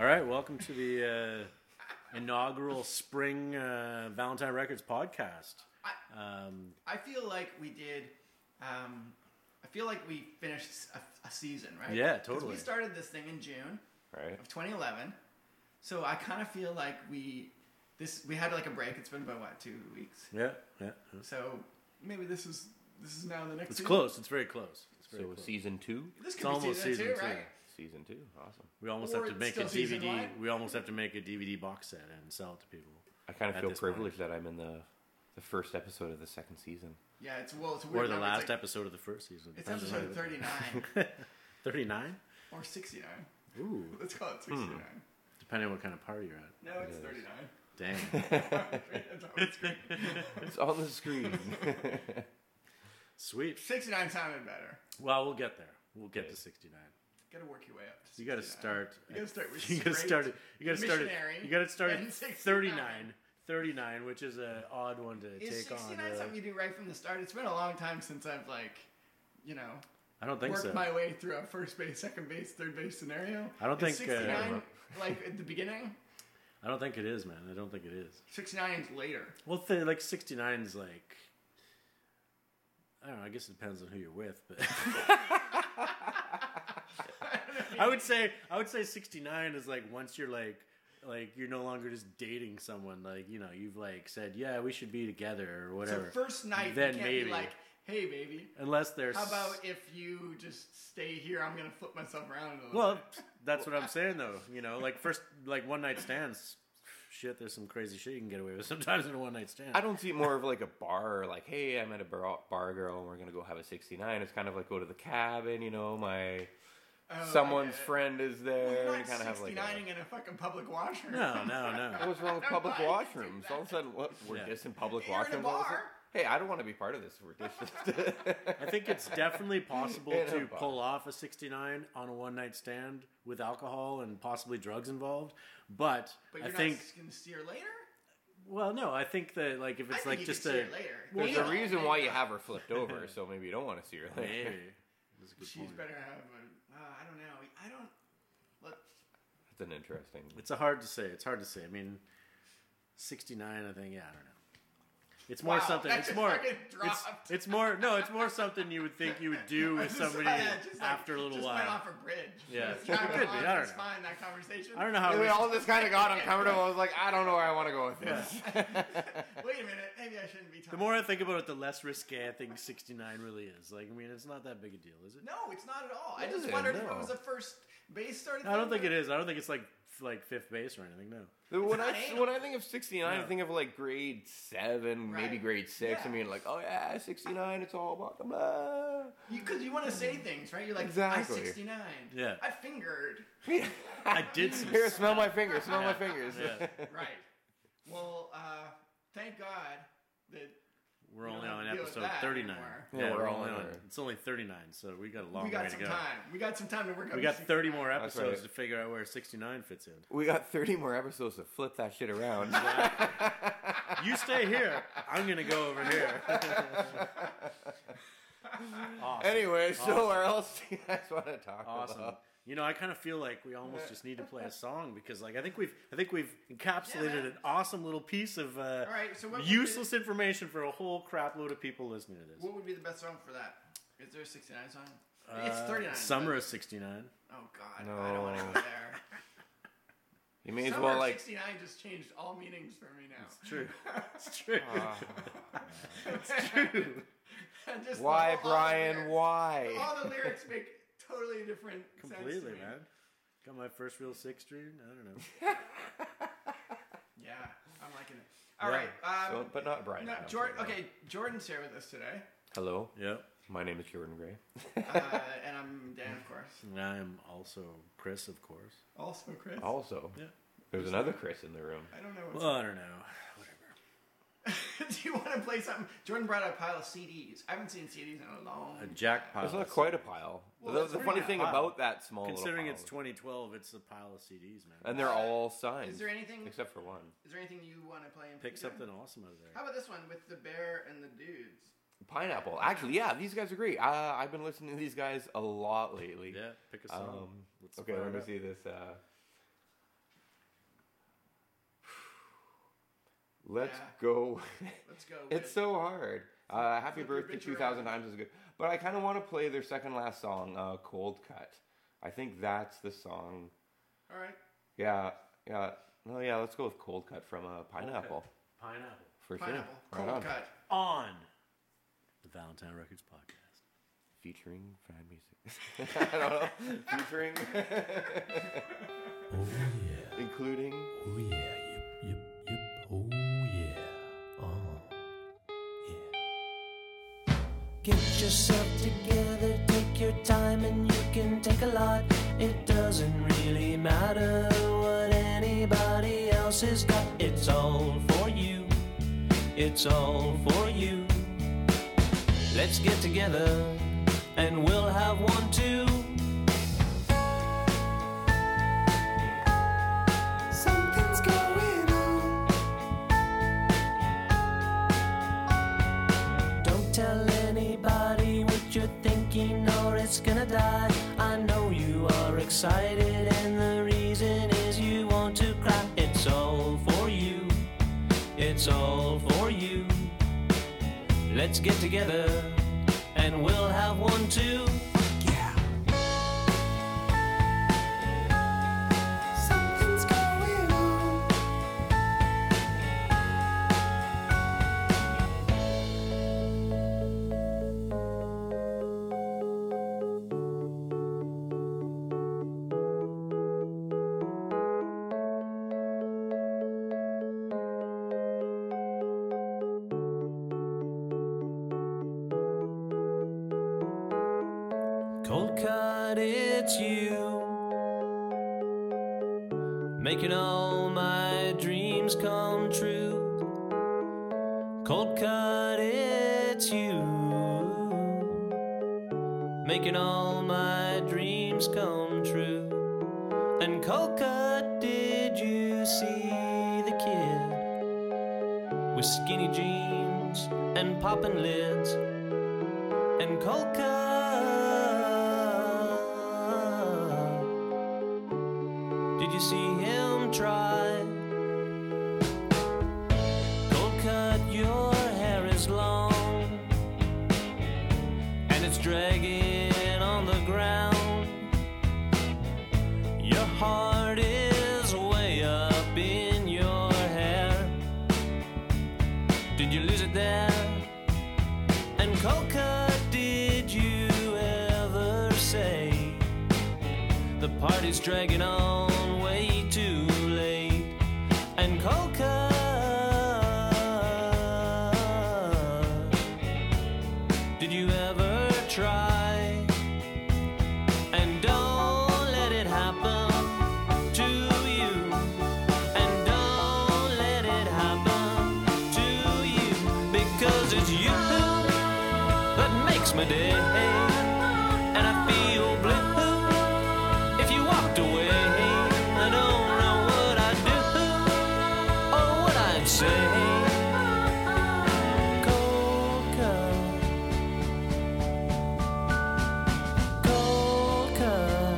right, welcome to the uh, inaugural spring uh, Valentine Records podcast. Um, I feel like we did. Um, I feel like we finished a, a season, right? Yeah, 'Cause totally. We started this thing in June Right. of 2011, so I kind of feel like we this we had like a break. It's been about what two weeks, yeah, yeah, so maybe this is this is now the next. it's season. close. It's very close. It's very So close. season two. This could It's be almost season, season two, two. right? Season two. Awesome. We almost Or have to it's make a still season DVD. one. We almost have to make a DVD box set and sell it to people. I kind of At feel this point. privileged that I'm in the the first episode of the second season. Yeah, it's well, it's a weird. Or the number. last it's like, episode of the first season. It's episode 39 Thirty-nine. or 69. Ooh, Let's call Hmm. it 69. depending on what kind of party you're at. No, it's It is. 39. Dang. That's how it's great. It's on the screen. Sweet. 69 sounded better. Well, we'll get there. We'll get to sixty-nine. Gotta work your way up. To You got to 69. start. You gotta start with You gotta straight start. it- You gotta start. it- missionary You gotta start and at 69. 39. 39, which is an odd one to Is take on. uh, 69 really. something you do right from the start? It's been a long time since I've like, you know, I don't think worked so. my way through a first base, second base, third base scenario. I don't Is think, uh, 69 like at the beginning. I don't think it is, man. I don't think it is. 69 is later. Well, th- like 69 is like. I don't know. I guess it depends on who you're with, but I would say I would say 69 is like once you're like like you're no longer just dating someone. Like you know you've like said yeah we should be together or So whatever. first night, Then you can't maybe. be like, hey baby, Unless there's how about if you just stay here? I'm gonna flip myself around. A little Well, bit." that's what I'm saying though. You know, like first, like one night stands. Shit, there's some crazy shit you can get away with sometimes in a one night stand. I don't see it more of like a bar, like, hey, I'm at a bar, bar girl and we're going to go have a 69. It's kind of like go to the cabin, you know, my Oh, someone's okay. friend is Well, there. you're not and kind of have like 69 a, ing in a fucking public washroom. No, no, no. What's wrong with public Why would you do washrooms? All of a sudden, what, we're Yeah. just in public You're in a washrooms. all of a bar. sudden? Hey, I don't want to be part of this. We're just I think it's definitely possible In a to bar. pull off a 69 on a one night stand with alcohol and possibly drugs involved. But, But I you're think, not s- gonna see her later. well, no, I think that like if I it's think like you just could a see her later. Well, There's yeah. a reason why you have her flipped over, so maybe you don't want to see her later. maybe. She's better have a. Uh, I don't know. I don't. Let, That's an interesting. It's a hard to say. It's hard to say. I mean, 69. I think. Yeah, I don't know. It's more Wow, something. that It's just more. fucking It's, dropped. it's more. No, it's more something you would think you would do with Just- somebody yeah, just like- after a little just while. Went off a bridge. Yeah. Just kinda It could be, on, I don't just know. Fine, that conversation. I don't know how. we- this kind of got uncomfortable. I was like, I don't know where I want to go with this. Wait a minute. Maybe I shouldn't be talking. the more I think about it, the less risque I think 69 really is. Like, I mean, it's not that big a deal, is it? No, it's not at all. I What is just it? wondered if it No. was the first base started. I don't think it is. I don't think it's like f- like fifth base or anything. No. When not I anal. when I think of sixty nine, No. I think of like grade seven, maybe Right. grade six. Yeah. I mean, like, oh yeah, sixty nine. It's all about the blah. Because you, want to say things, right? You're like, Exactly. I 69. Yeah. I fingered. I did some. Here, smell my fingers. Smell Yeah. my fingers. Yeah. Right. Well, uh, thank God that We're We only don't on have to deal with episode that 39. anymore. Yeah, we're all on. in there. It's only 39, so we got a long we got Oh, way to some go. time. We got some time to work out. We got 30 more That's right. episodes to figure out where 69 fits in. We got thirty more episodes to flip that shit around. You stay here. I'm gonna go over here. awesome. anyway, so where else do you guys want to talk awesome. about? You know, I kind of feel like we almost just need to play a song because, like, I think we've I think we've encapsulated Yeah. an awesome little piece of uh, All right, so what would useless information for a whole crap load of people listening to this. What would be the best song for that? Is there a 69 song? it's 39. Uh, Summer of '69. but- Oh, God. I don't No. want to go there. You may as Summer well of like 69 just changed all meanings for me now. True. It's true. It's true. just all- all why, the Brian? lyrics- Why? All the lyrics make totally different sense to Completely, me. man. Got my first real six string. I don't know. Yeah, I'm liking it. All Yeah. right, um, So- but not Brian. no, I don't Jordan. think. Okay, Jordan's here with us today, Hello, Yep. my name is Jordan Gray. uh, and I'm Dan, of course. And I am also Chris, of course. Also, Chris. Also, Yeah. there's another Chris in the room. I don't know. What's Well, I don't know. Do you want to play something? Jordan brought out a pile of CDs. I haven't seen CDs in a long. A jackpot. It's not quite a pile. Well, the it's the pretty funny thing pile. about that small little Considering pile it's is- 2012, it's a pile of CDs, man. and they're all signed. Is there anything? Is except for one? there anything you want to play? In Pick particular? something awesome out of there. How about this one with the bear and the dudes? Pineapple. Actually, yeah, these guys are great. Uh, I've been listening to these guys a lot lately. Yeah, pick a song. Um, Let's okay, fire let it me up. see this. Uh, Let's Yeah. go. Let's go. it's so hard. Uh, Happy Flip your Birthday bitch 2000 around. Times is good. But I kind of want to play their second last song, uh, Cold Cut. I think that's the song. all right. Yeah, yeah. No, yeah, let's go with Cold Cut from uh, Pineapple. Pineapple. For Pineapple, sure. Right cold on. cut. On the Valentine Records podcast. Featuring fan music. I don't know. Featuring. Oh yeah, including. oh yeah, yep, yep, yep, oh yeah, oh yeah. Get yourself together, take your time, and you can take a lot. It doesn't really matter what anybody else has got. It's all for you. It's all for you. Let's get together, and we'll have one too. Something's going on. Don't tell anybody what you're thinking, or it's gonna die. I know you are excited, and the reason is you want to cry. It's all for you. It's all for you. Let's get together, and we'll have one too. Something's going on. Cold cut, it's you. Making all my dreams come true. Cold cut, it's you. Making all my dreams come true. And cold cut, did you see the kid? With skinny jeans and poppin' lids and coca. Did you see him try? Cold cut, your hair is long and it's dragging on the ground. Your heart is way up in your hair. Did you lose it there? And Coca, did you ever say the party's dragging on way too late? And Coca, did you ever try? And don't let it happen to you. And don't let it happen to you because it's you that makes my day. And I feel blue if you walked away. I don't know what I'd do or what I'd say. Coca. Coca.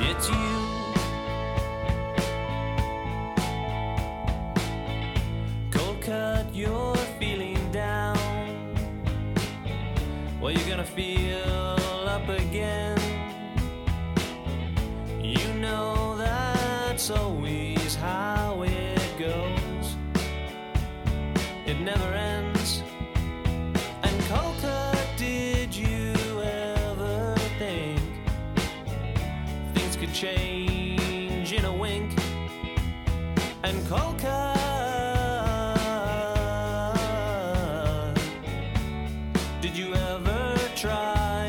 It's you. Cold cut, you're feeling down. Well, you're gonna feel up again. You know that's always how it goes. It never ends. And cold cut, did you ever think? things could change in a wink. And Coca, did you ever try?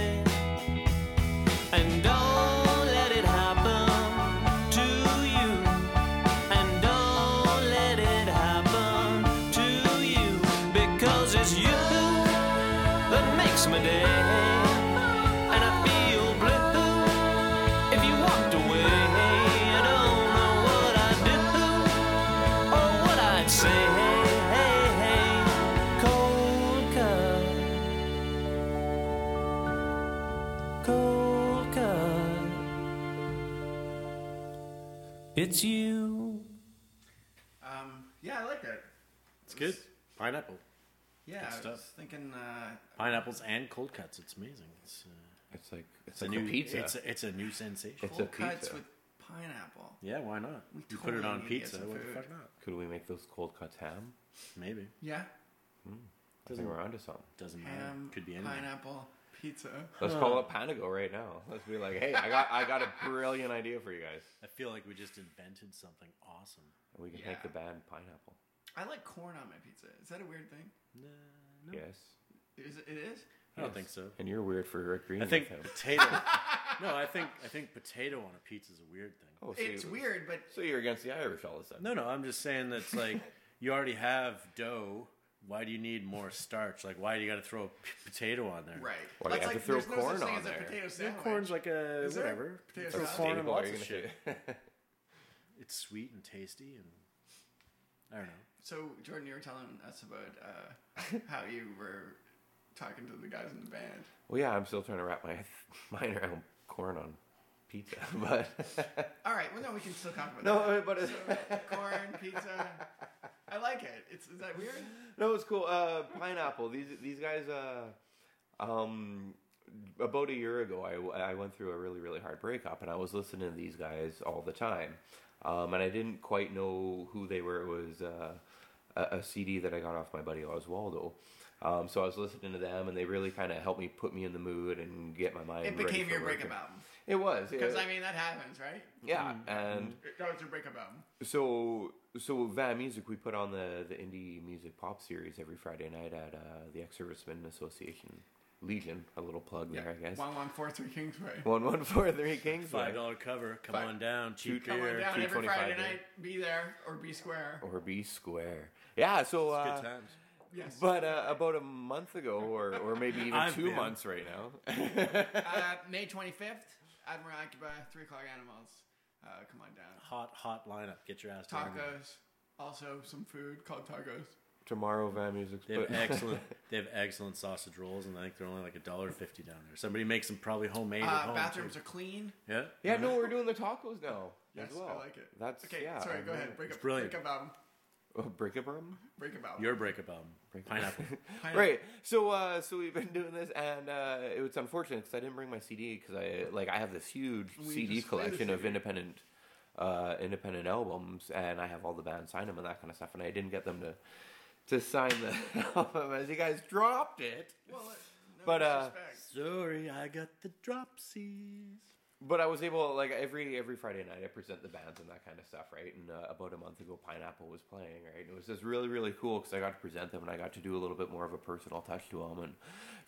And don't let it happen to you. And don't let it happen to you. Because it's you that makes my day. And I feel blue. If you walked away, I don't know what I'd do or what I'd say. Cold cut. Cold cut. It's you Um, Yeah, I like that. It's good. Pineapple. Yeah, I stuff. was thinking. Uh, Pineapples and cold cuts. It's amazing. It's, uh, It's like it's it's, a like new a pizza. It's a, it's a new sensation. It's a cold cuts pizza. with pineapple. Yeah, why not? We you put it totally on need to get pizza. some What the food. fuck not? Could we make those cold cuts ham? Maybe Yeah, I think we're onto something. doesn't matter. ham, Could be anything. pineapple, pizza. Let's call up Panago right now. Let's be like, hey, I got I got a brilliant idea for you guys. I feel like we just invented something awesome. And we can Yeah. make the band pineapple. I like corn on my pizza. Is that a weird thing? Nah, no, Yes. Is it, it is? I don't Yes. think so. And you're weird for agreeing I think with him. potato. no, I think I think potato on a pizza is a weird thing. Oh, so It's you- weird, but So you're against the Irish all of a sudden. No, no, I'm just saying that's like you already have dough. Why do you need more starch? Like, why do you got to throw a p- potato on there? right. Why do you have to throw there's no corn such thing on as there? A potato Yeah, sandwich. corn's like a Is there whatever. potato Throw salad? corn and Staple, are lots you of gonna shit. say- It's sweet and tasty, and I don't know. So Jordan, you were telling us about uh, how you were talking to the guys in the band. well, yeah, I'm still trying to wrap my mind around corn on pizza, but All right. Well, no, we can still talk about no, I mean, but it's, that. corn pizza. I like it. It's is that weird? no, it's cool. Uh, pineapple. These these guys. Uh, um, about a year ago, I, I went through a really really hard breakup, and I was listening to these guys all the time, um, and I didn't quite know who they were. It was uh, a, a CD that I got off my buddy Oswaldo. Um, so I was listening to them, and they really kind of helped me put me in the mood and get my mind. It ready became for your work. breakup album It was because yeah. I Mm. mean that happens, right? Yeah, and It- No, it's your breakup album. so so Van Music, we put on the the indie music pop series every Friday night at uh, the ex servicemen Association Legion. A little plug there, I guess. One one four three Kingsway. One one four three Kings. Five dollar cover. Come Five- on down. Cheap Come Come beer. on down every 225 Friday day. night. Be there or be square. or B Square. Yeah, so uh, Good times. Yes. but uh, about a month ago, or or maybe even I've two been. months right now. uh, May twenty fifth, Admiral Akiba, three o'clock animals. Uh, come on down. Hot, hot lineup. Get your ass down. there. Tacos. Also some food called tacos. Tomorrow, Van Music's They have putting- excellent. They have excellent sausage rolls, and I think they're only like a dollar fifty down there. Somebody makes them probably homemade at Uh, home. bathrooms too. are clean. yeah, yeah, no, we're doing the tacos now. Yes, as well. I like it. That's okay. Yeah, sorry, I'm go really- ahead. Break up. brilliant. Break up album. Oh, break up room. Break up album. your breakup album, pineapple. Pineapple. Right. So, uh, so we've been doing this, and uh, it was unfortunate because I didn't bring my CD because I like I have this huge We CD just played a collection of CD. independent, uh, independent albums, and I have all the bands sign them and that kind of stuff, and I didn't get them to to sign the album as you guys dropped it. Well, uh, no But, uh, disrespect. Sorry, I got the dropsies. But I was able like every every Friday night I present the bands and that kind of stuff, right? And uh, about a month ago, Pineapple was playing, right? And it was just really really cool because I got to present them and I got to do a little bit more of a personal touch to them and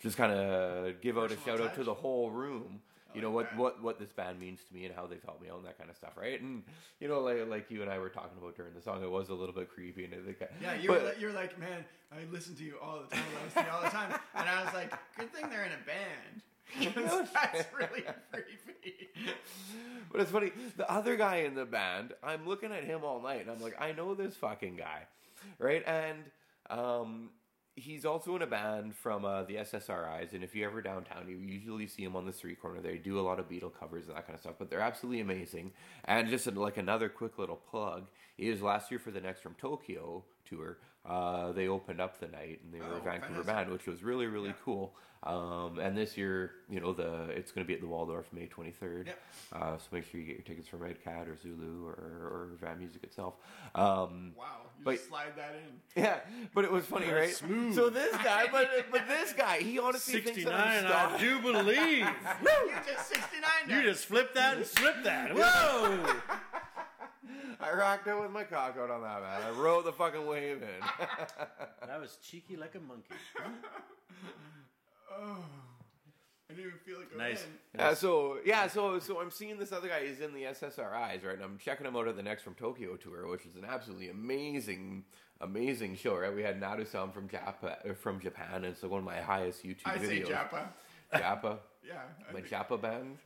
just kind of give out a Personal shout out to touch? Oh, the whole room. You know like what, that. what what this band means to me and how they've helped me out and that kind of stuff, right? And you know, like like you and I were talking about during the song, it was a little bit creepy and it, yeah, you were, but, li- you were like, man, I listen to you all the time. I listen to you all the time, and I was like, good thing they're in a band. 'Cause that's really creepy. But it's funny, the other guy in the band, I'm looking at him all night and I'm like, I know this fucking guy. Right? And um, he's also in a band from uh, the SSRIs. And if you're ever downtown, you usually see him on the street corner. They do a lot of Beatle covers and that kind of stuff, but they're absolutely amazing. And just like another quick little plug is last year for the Next from Tokyo tour, uh, they opened up the night and they were Oh, a Vancouver fantastic. band band, which was really really Yeah. cool. Um, and this year, you know, the it's going to be at the Waldorf May twenty third. Yep. Uh, so make sure you get your tickets from Red Cat or Zulu or or Van Music itself. Um, Wow, you But- just slide that in. yeah, but it was funny, right? Smooth. So this guy, but but this guy, he honestly Sixty thinks that I'm nine. I stuck. do believe. You just sixty nine. You just flip that and slip that. Whoa! I rocked it with my cock out on that man. I rode the fucking wave in. that was cheeky like a monkey. Oh, I didn't even feel it go Nice. in. Yeah, so yeah, so so I'm seeing this other guy. He's in the SSRIs, right? And I'm checking him out at the next from Tokyo tour, which is an absolutely amazing, amazing show, right? We had Naru-san from Japa, from Japan, and it's like one of my highest YouTube I say videos. Japa. Japa, Yeah. I my think- Japa band.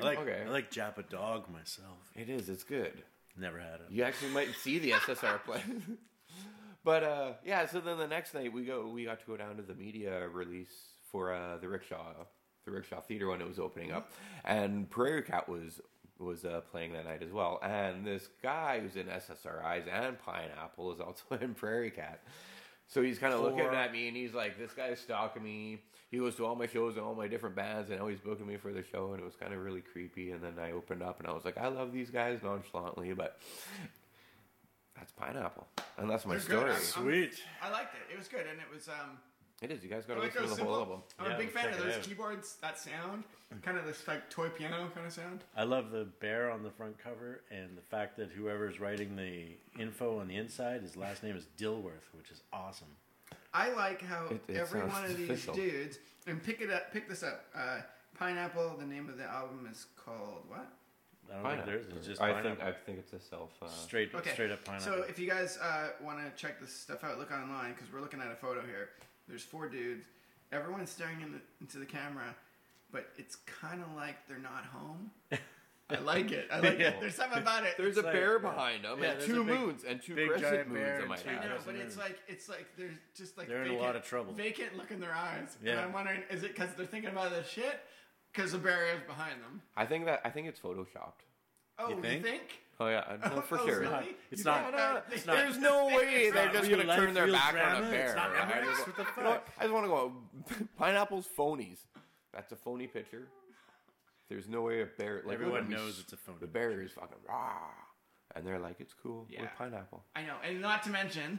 I like Okay. I like Japa dog myself. It is. It's good. Never had it. You actually might see the SSR play. but uh, yeah, so then the next night we go, we got to go down to the media release for uh, the rickshaw, the rickshaw theater when it was opening up, and Prairie Cat was was uh, playing that night as well. And this guy who's in SSRIs and Pineapple is also in Prairie Cat. So he's kind of looking Poor. at me and he's like, this guy's stalking me. He goes to all my shows and all my different bands and now he's booking me for the show. And it was kind of really creepy. And then I opened up and I was like, I love these guys nonchalantly, but that's Pineapple. And that's my They're good. story. I'm- Sweet. I liked it. It was good, and it was um. It is. You guys got to I like listen to the those whole simple- album. I'm Yeah, a big fan check of it those out. keyboards. That sound, kind of this like toy piano kind of sound. I love the bear on the front cover and the fact that whoever's writing the info on the inside, his last name is Dilworth, which is awesome. I like how It- it every sounds one of these official. dudes and pick it up. Pick this up. Uh, Pineapple. The name of the album is called what? I don't Pineapple. think there's it's just I pineapple. think I think it's a self. Uh, straight Okay. straight up pineapple. So if you guys uh, want to check this stuff out, look online because we're looking at a photo here. There's four dudes. Everyone's staring in the, into the camera, but it's kind of like they're not home. I like it. I like it. There's something about it. there's a like- bear behind them, Yeah, and there's two a big- moons, and two big crescent giant bear moons. I and might two I add. know, Doesn't but it's matter. like it's like there's just like They're in a vacant, lot of trouble. Vacant look in their eyes. And Yeah. I'm wondering, is it because they're thinking about this shit? Because the barrier's behind them. I think that I think it's photoshopped. Oh, you think? think? Oh yeah, I- no, for Oh, sure. really? not- You it's think not- that- it's not- There's no way they're just real gonna life, turn their real back on drama. It's a bear. not right? I real just, life. What the you know what? fuck? I just want to go. Pineapple's phonies. That's a phony picture. There's no way a bear. Like, Everyone look, we knows s- it's a phony The bear is fucking rah, and they're like, it's cool. We're Yeah. pineapple. I know, and not to mention,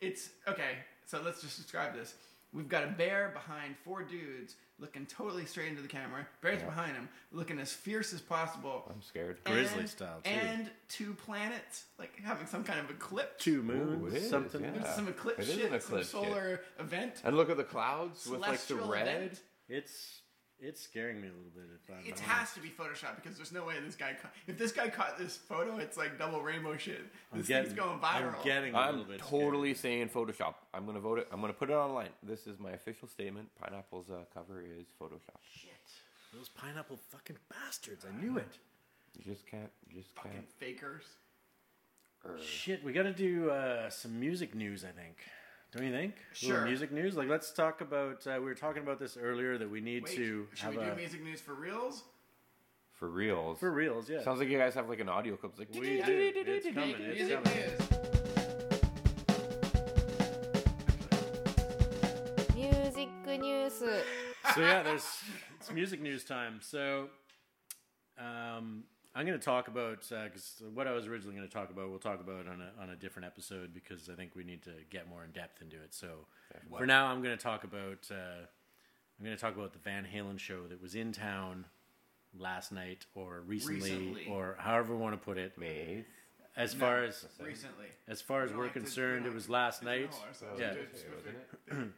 it's okay. So let's just describe this. We've got a bear behind four dudes looking totally straight into the camera. Bear's behind him, looking as fierce as possible. I'm scared. Grizzly And- style, too. And two planets, like having some kind of eclipse. two Ooh, moons, it is, something. yeah. There's some eclipse It is an shit, some eclipse shit. solar event. And look at the clouds with like the Celestial red. event. It's it's scaring me a little bit. If I'm It honest. has to be Photoshop because there's no way this guy. Caught, if this guy caught this photo, it's like double rainbow shit. I'm This getting- thing's going viral. I'm getting a I'm little bit totally scared. saying Photoshop. I'm gonna vote it. I'm gonna put it online. This is my official statement. Pineapple's uh, cover is Photoshop. Those pineapple fucking bastards! I knew it. You just can't. You just Fucking can't. fakers. Shit, we got to do uh, some music news. I think. Don't you think? A little Sure. music news. Like, let's talk about. Uh, we were talking about this earlier that we need Wait, to should have we do a music news for reels? For reals. for reals. Yeah. Sounds like you guys have like an audio clip. It's like we do. It's coming. It's Music coming. news. music news. so yeah, there's it's music news time. So um, I'm going to talk about uh 'cause what I was originally going to talk about. We'll talk about on a on a different episode because I think we need to get more in depth into it. So for now, I'm going to talk about uh, I'm going to talk about the Van Halen show that was in town last night or recently, Recently. or however we want to put it. Maze. As far as Recently. as far as No, we're I did- concerned, no, it I was did- last I did night. know ourselves. Yeah. I did specific-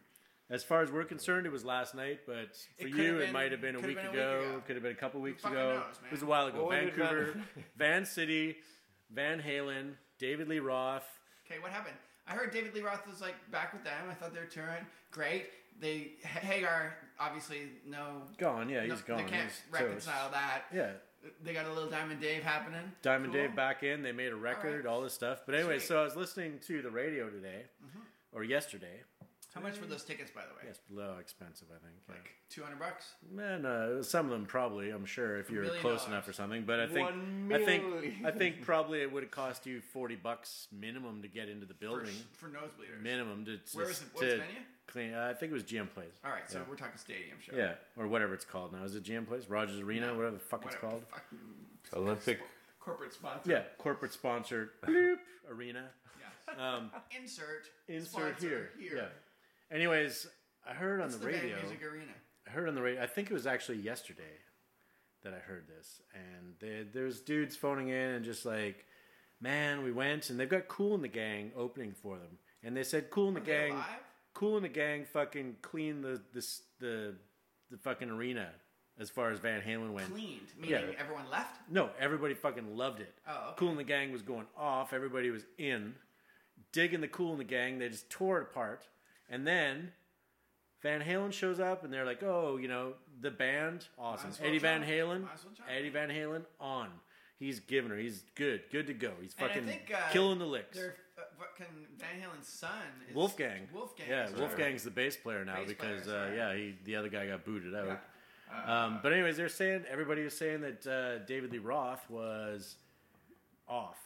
As far as we're concerned, it was last night, but for It could've you, it been- might have been a could've week been a week ago, ago. could have been a couple weeks fucking ago. knows, It was a man? while ago. Well, it didn't Vancouver, Van City, Van Halen, David Lee Roth. Okay, what happened? I heard David Lee Roth was like back with them. I thought they were touring. Great. They Hagar obviously no. Gone, yeah, no he's gone. They can't He's reconcile toast. that. Yeah. They got a little Diamond Dave happening. Diamond Cool. Dave back in. They made a record, all, this stuff. But anyway, Sweet. Mm-hmm. so I was listening to the radio today, or yesterday. How much were those tickets, by the way? Yes, low expensive, I think. yeah. Like two hundred bucks. Man, uh, some of them probably, I'm sure, if you're million close dollars. enough or something. But I think, One I think, million. I think probably it would have cost you forty bucks minimum to get into the For, building. for nosebleeders. minimum to just Where was it- what to was the venue? clean. Uh, I think it was GM Place. All right, so we're talking stadium show. Yeah, or whatever it's called now. Is it GM Place? Rogers Arena, whatever the fuck it's Whatever called. the fuck- Olympic. corporate sponsor. Yeah, corporate sponsor. bloop arena. Yeah. Um, Insert. insert sponsor here. Here. Yeah. Anyways, I heard on It's the the Van radio. Music Arena. I heard on the radio. I think it was actually yesterday that I heard this, and they, there's dudes phoning in and just like, man, we went, and they've got Cool in the Gang opening for them, and they said Cool in the Are they Gang, alive? Cool in the Gang, fucking clean the this the the fucking arena as far as Van Halen went. Cleaned, meaning Yeah. everyone left. No, everybody fucking loved it. Oh, okay. Cool in the Gang was going off. Everybody was in, digging the Cool in the Gang. They just tore it apart. And then Van Halen shows up, and they're like, "Oh, you know, the band, awesome. Might as well Eddie Van try. Halen, Might as well try. Eddie Van Halen, on. He's giving her. He's good, good to go. He's And I fucking think, uh, killing the licks. Their uh, fucking Van Halen's son. Is Wolfgang, Wolfgang. yeah, is- Wolfgang's the bass player now Bass player, because sorry. uh, yeah, he the other guy got booted out. Yeah. Um, but anyways, they're saying everybody was saying that uh, David Lee Roth was off.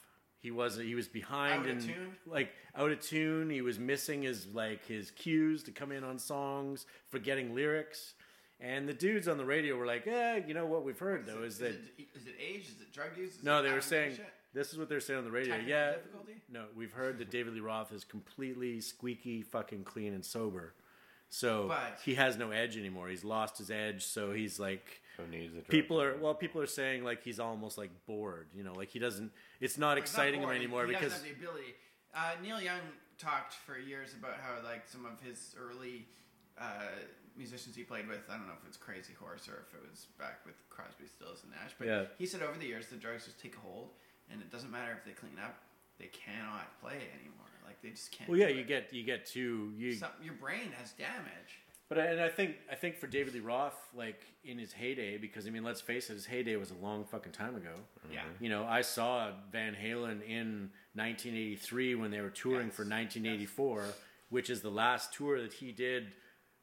He was he was behind Out of and tune? like out of tune. He was missing his like his cues to come in on songs, forgetting lyrics. And the dudes on the radio were like, "Yeah, you know what we've heard though is, Is that it, is it age? Is it drug use? Is no, it- they I were don't give a saying shit. this is what they're saying on the radio. Technical yeah, difficulty? no, we've heard that David Lee Roth is completely squeaky, fucking clean and sober. So But- he has no edge anymore. He's lost his edge. So he's like, Who needs a drug people are dealer? well, people are saying like he's almost like bored. You know, like he doesn't. It's not It's not exciting him boring. anymore he because doesn't have the ability. Uh, Neil Young talked for years about how like some of his early uh, musicians he played with. I don't know if it's Crazy Horse or if it was back with Crosby, Stills and Nash. But Yeah. he said over the years the drugs just take a hold, and it doesn't matter if they clean up, they cannot play anymore. Like they just can't. well, yeah, do you it. get you get too you Some, your brain has damage. But I- and I think I think for David Lee Roth, like in his heyday, because I mean, let's face it, his heyday was a long fucking time ago. Yeah. You know, I saw Van Halen in 1983 when they were touring Yes. for 1984, which is the last tour that he did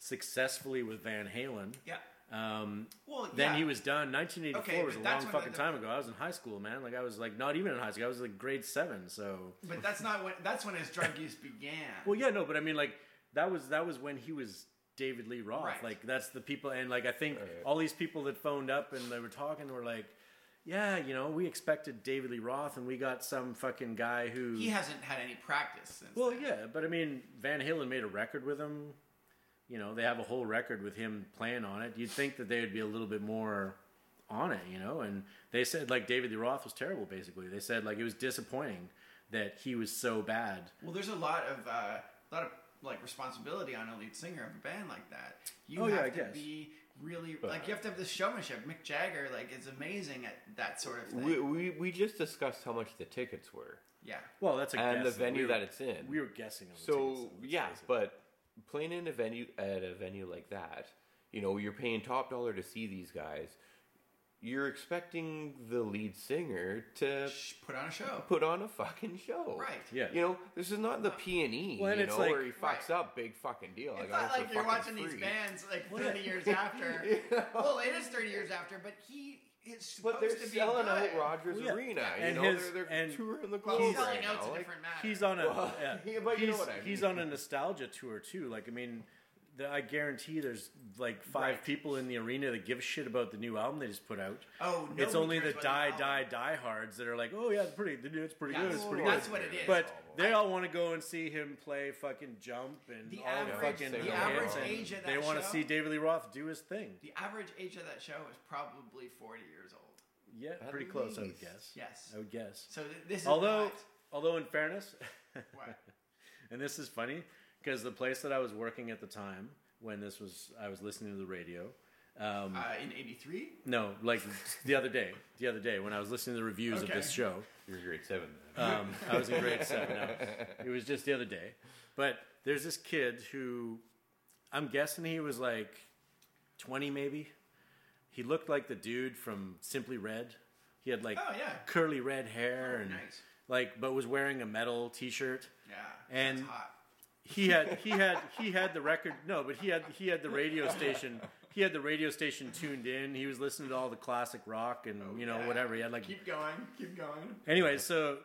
successfully with Van Halen. Yeah. Um, Well, then yeah. he was done. 1984 Okay, was a long but that's when fucking the- time ago. I was in high school, man. Like I was like not even in high school. I was like grade seven. So But that's not when. That's when his drug use began. well, yeah, no, but I mean, like that was that was when he was David Lee Roth. Right. Like that's the people, and like I think all these people that phoned up and they were talking were like, yeah, you know, we expected David Lee Roth, and we got some fucking guy who. he hasn't had any practice since. well, then. yeah, but I mean, Van Halen made a record with him. You know, they have a whole record with him playing on it. You'd think that they would be a little bit more on it, you know. And they said like David Lee Roth was terrible. Basically, they said like it was disappointing that he was so bad. Well, there's a lot of uh, lot of like responsibility on a lead singer of a band like that. You Oh, have yeah, I to guess. be really like you have to have this showmanship. Mick Jagger like is amazing at that sort of thing. We, we, we just discussed how much the tickets were yeah. Well, that's a and the guess, though. venue We were- that it's in. We were guessing on the so tickets, let's yeah, face it. but playing in a venue at a venue like that, you know, you're paying top dollar to see these guys. You're expecting the lead singer to Sh- Put on a show. put on a fucking show, Right. Yeah. You know, this is not the P and E, Well, and you it's know, like- where he fucks Right. up, big fucking deal. It's not that's a like you're fucking watching these freak. bands like Well, 30 yeah. years after. Yeah. Well, it is 30 years after, but he is supposed But they're to be selling good. out Rogers Well, yeah. Arena. You And know, his- they're, they're and- touring the Well, globe he's right selling out's a now. like- different matter. he's on a Well, yeah. yeah, but you know he's, what I he's mean. on a nostalgia tour too. Like I mean, the, I guarantee there's like five Right. people in the arena that give a shit about the new album they just put out. Oh, nobody it's only the cares about die the die album. diehards that are like, oh yeah, it's pretty, it's pretty good, That's- it's pretty that's good. what it is. Oh, But they all want to go and see him play fucking jump and The all average- fucking the hits, average and age of They that want to show- see David Lee Roth do his thing. the average age of that show is probably 40 years old. Yeah, pretty close, I would least. guess. Yes. I would guess. So th- this is although, not- although in fairness, What? and this is funny because the place that I was working at the time when this was, I was listening to the radio. Um, uh, in 83? no, like the other day, the other day when I was listening to the reviews of Okay. this show, You're grade seven. Then. um, I was in grade seven. No, it was just the other day. But there's this kid who, I'm guessing he was like 20 maybe. He looked like the dude from Simply Red. He had like Oh, yeah. Oh, curly red hair and nice. like, but was wearing a metal T-shirt. Yeah. And- that's hot. He had he had he had the record. No, but he had he had the radio station. He had the radio station tuned in. He was listening to all the classic rock and you know Oh, yeah. whatever. He had like Keep going. Keep going. Anyway, so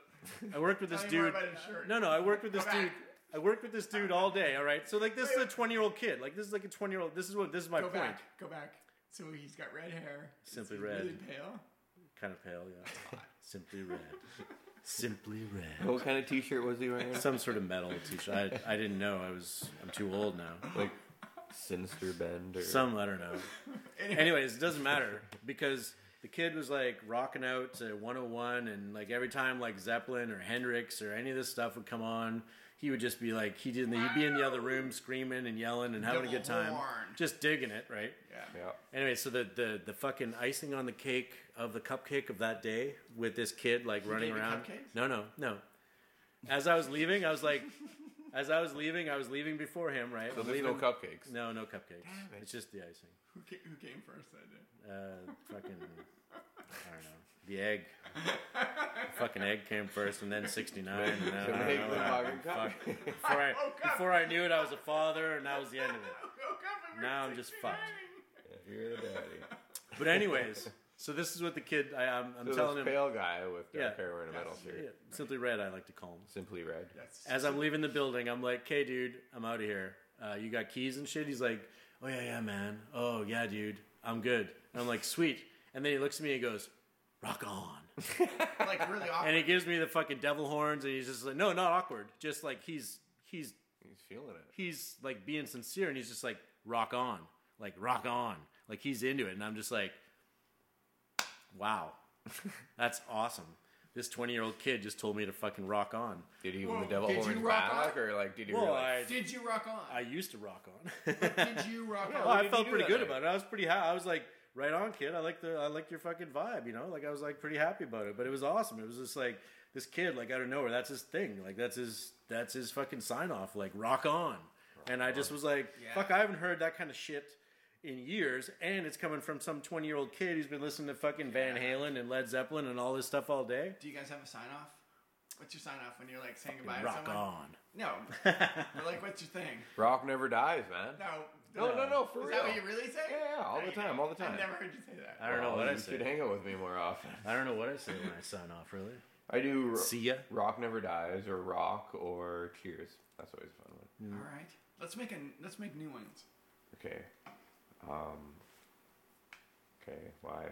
I worked with this Tell me more dude. about his shirt. No, no, I worked with this Go back. dude. I worked with this dude all day. All right, so like this is a twenty-year-old kid. Like this is like a twenty-year-old. This is what this is my Go point. back. Go back. So he's got red hair. Simply He's red. Really pale. Kind of pale, yeah. Simply red. Simply red. What kind of T-shirt was he wearing? Some sort of metal t-shirt. I, I didn't know. I was. I'm too old now. like Sinister Bend or Some I don't know. Anyway. Anyways, it doesn't matter because the kid was like rocking out to 101, and like every time like Zeppelin or Hendrix or any of this stuff would come on, he would just be like he didn't. He'd be in the other room screaming and yelling and having a good Double time, horn. just digging it, right? Yeah. Yeah. Anyway, so the, the the fucking icing on the cake of the cupcake of that day with this kid like running gave you around. cupcakes? No, no, no. As I was leaving, I was like, as I was leaving, I was leaving before him, right? So I'm there's no leaving- cupcakes. No, no cupcakes. it. It's just the icing. Who, ca- who came first that day? Uh, fucking, I don't know. The egg. fucking egg came first, and then '69. And then, I So don't make know the what happened. fucking Fuck. Before I, Oh, woke up. Oh, before I knew it, I was a father, and that was the end of it. Who woke up and we were Now I'm just 69? fucked. You're the daddy. But anyways, so this is what the kid. I, I'm, I'm So telling this him. pale guy with dark Yeah. hair wearing a metal shirt, Yeah, simply red. I like to call him. simply red. That's As I'm leaving the building, I'm like, "Hey, dude, I'm out of here. Uh, you got keys and shit?" He's like, "Oh yeah, yeah, man. Oh yeah, dude, I'm good." And I'm like, "Sweet." And then he looks at me and goes, "Rock on." like really awkward. And he gives me the fucking devil horns, and he's just like, "No, not awkward. Just like he's he's He's feeling it. he's like being sincere and he's just like rock on like rock on like he's into it and i'm just like wow that's awesome this 20 year old kid just told me to fucking rock on Did he even Well, the devil did you horns rock back, on? or like did you? well like, I, Did you rock on? I used to rock on Did you rock Well, on? Oh, i did felt you do pretty that good night? about it i was pretty happy i was like right on kid i like the i like your fucking vibe you know like i was like pretty happy about it but it was awesome it was just like this kid like out of nowhere that's his thing like that's his that's his fucking sign off like rock on and i just was like Yeah. fuck i haven't heard that kind of shit in years and it's coming from some 20 year old kid who's been listening to fucking van halen and led zeppelin and all this stuff all day Do you guys have a sign off? What's your sign off when you're like saying goodbye rock to someone? on No, but like, what's your thing? Rock never dies, man. No, No, no, no, for Is real. that what you really say? Yeah, yeah, all the Right. time, all the time. I've never heard you say that. i don't know Well, what i you should say hang out with me more often. i don't know what i say when i sign off really I do. ro- see ya Rock never dies, or rock, or cheers. That's always a fun one. All right, let's make a let's make new ones. Okay. Um. Okay. Why?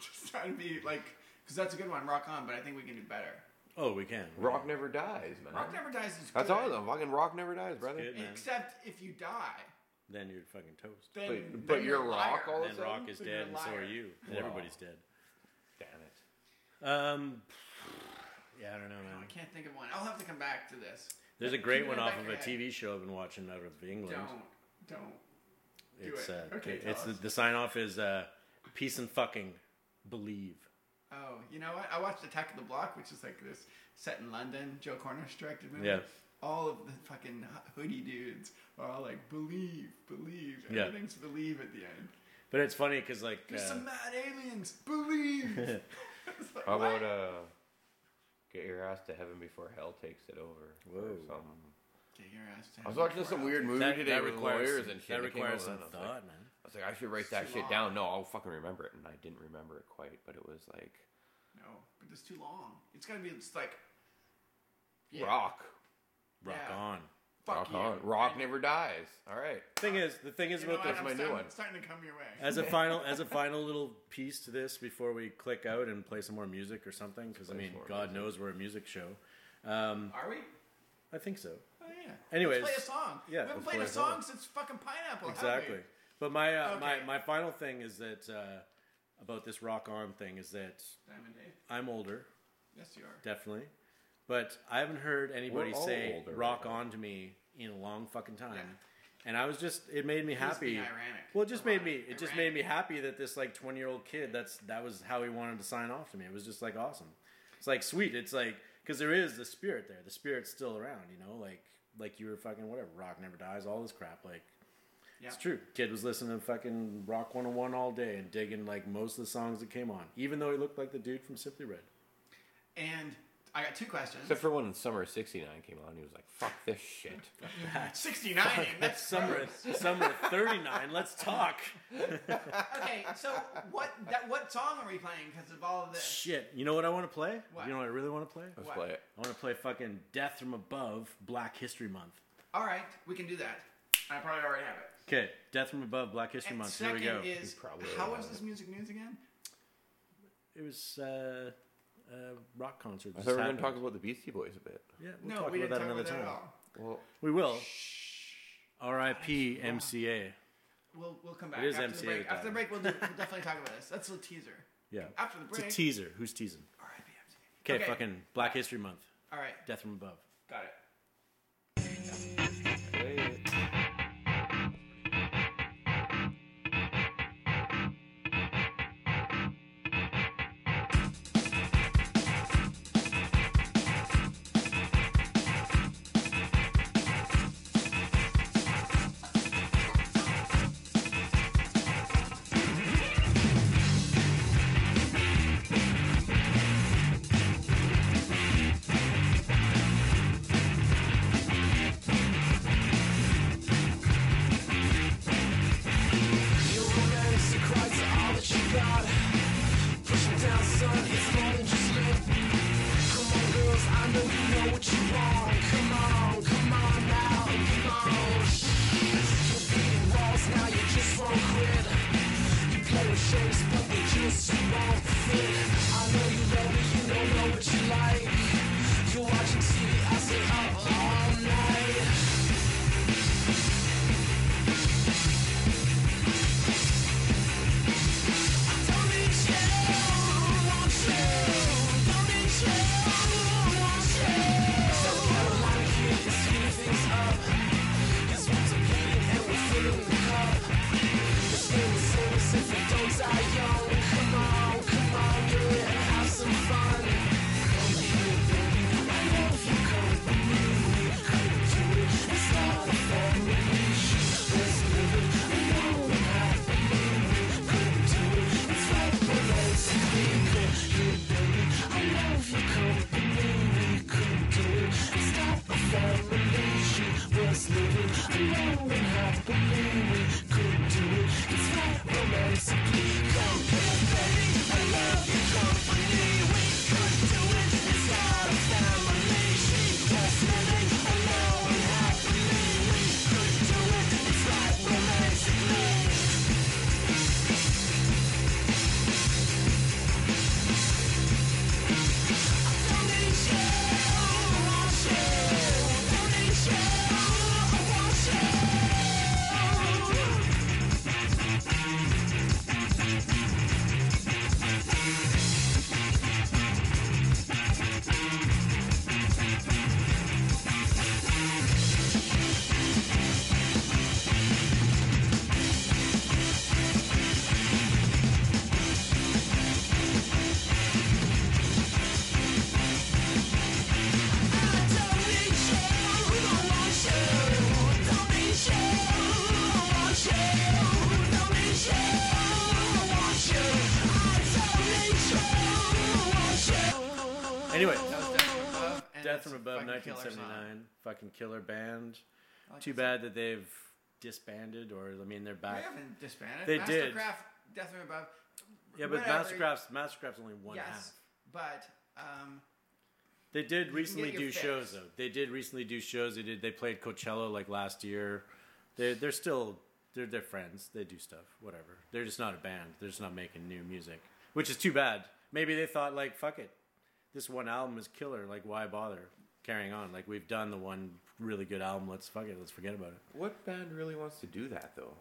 Just trying to be like, because that's a good one. Rock on, but I think we can do better. oh we can Rock never dies, man. Rock never dies is That's good, awesome. Fucking rock never dies, brother. good, man. Except if you die, then you're fucking toast then But, then but you're you're a rock liar. all of a and sudden. rock is So you're a dead and so are liar. you and Wow. everybody's dead Damn it. Um, yeah, I don't know, I man. can't think of one. I'll have to come back to this. There's a great Keep it one in the off back of of a your TV show I've been watching out of England. Don't, don't. do it's it. uh, Okay, it- tell it's the, us. the sign off is uh, peace and fucking believe. Oh, you know what? I watched Attack of the Block, which is like this set in London, Joe Cornish directed movie. Yeah. All of the fucking hoodie dudes are all like, believe, believe. Yeah. Everything's believe at the end. But it's funny because like There's uh, some mad aliens. Believe. It's like, How what? about uh, get your ass to heaven before hell takes it over? or Whoa. something. Get your ass down. I was watching some weird movie that, today that with requires lawyers some- and shit. that and it came requires up some and I was like- thought, man. I was like, I should write that too shit long. down. No, I'll fucking remember it, and I didn't remember it quite. But it was like No, but it's too long. It's gotta be just like, Yeah. rock, Rock Yeah. on. fuck rock you. on, rock never dies. All right, Thing is, the thing is You know about what? this. I'm my new starting- one. starting to come your way. As a final, as a final little piece to this, before we click out and play some more music or something, because I play mean, some more God knows we're a music show. Are we? I think so. Oh, yeah. Anyways. Let's play a song. Yeah, We haven't let's played play a a song. song since fucking Pineapple. have we? Exactly. But my, uh, Okay. my my final thing is that uh, about this rock on thing is that Diamond Dave. I'm older, Yes, you are. definitely, but I haven't heard anybody We're all say older, rock right? on to me in a long fucking time. Yeah. And I was just it made me happy. being ironic. Well, it just made me Ironic. it just made me happy that this like 20-year-old kid that's that was how he wanted to sign off to me. It was just like awesome. It's like sweet. It's like cuz there is the spirit there. The spirit's still around, you know, like like you were fucking whatever, rock never dies, all this crap like Yeah. It's true. Kid was listening to fucking Rock 101 all day and digging like most of the songs that came on, even though he looked like the dude from Simply Red. And I got two questions. except for when Summer '69 came on, he was like, "Fuck this shit." 69. and That's Summer, summer 39. Let's talk. Okay, so what that what song are we playing because of all of this? Shit. You know what I want to play? What? You know what I really want to play? Let's What? play it. I want to play fucking Death from Above Black History Month. All right, we can do that. I probably already have it. Okay, Death from Above Black History And Month. Here second we go. is You probably how already was have this music news again? It was uh, a rock concert. I just thought we were gonna happened. talk about the Beastie Boys a bit. yeah, we'll no, talk we about didn't that talk another about that time. at all. Well, We will. R.I.P. MCA. We'll we'll come back. It is after MCA The break. time. After the break, we'll, do, we'll definitely talk about this. That's a little teaser. Yeah. After the break. It's a teaser. Who's teasing? All right, BMC. Okay, fucking Black History Month. All right, Death from Above. got it. play it. Thank Anyway, That was Death from Above. And Death it's from a Above, fucking killer 1979, fucking killer band. song. I like Too that bad that they've disbanded, or I mean, they're song. They back. haven't disbanded. They Mastercraft, did. Death from Above. Yeah, but whatever. Mastercraft's Mastercraft's only one Yes, half. but um, They did recently get do your fix. shows though. They did recently do shows. They did. They played Coachella like last year. They they're still they're they're friends. They do stuff. Whatever. They're just not a band. They're just not making new music, which is too bad. Maybe they thought like fuck it, this one album is killer. Like why bother carrying on? Like we've done the one really good album. Let's fuck it. Let's forget about it. What band really wants to do that though?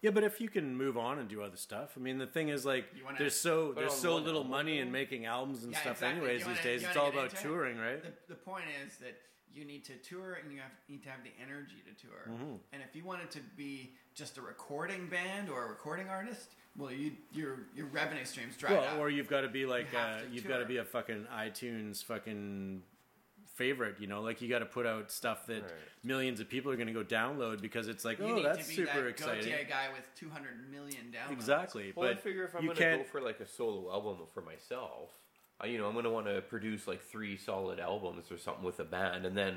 Yeah, but if you can move on and do other stuff, I mean, the thing is like You wanna- there's so there's on so one little album. money in making albums and Yeah, stuff exactly. anyways You these wanna- days. you It's wanna all get about into it? touring, right? the, the point is that you need to tour and you have, need to have the energy to tour. Mm-hmm. And if you wanted to be just a recording band or a recording artist, well, you, your your revenue streams dry Well, up. or you've got to be like You have uh, to you've got to tour. be a fucking iTunes fucking favorite, you know? Like you got to put out stuff that Right. millions of people are going to go download because it's like, you oh, need that's to be super that exciting. Gautier guy with 200 million downloads. Exactly, Well, but I figure if I'm you gonna can't. go for like a solo album for myself, I, you know, I'm gonna want to produce like three solid albums or something with a band, and then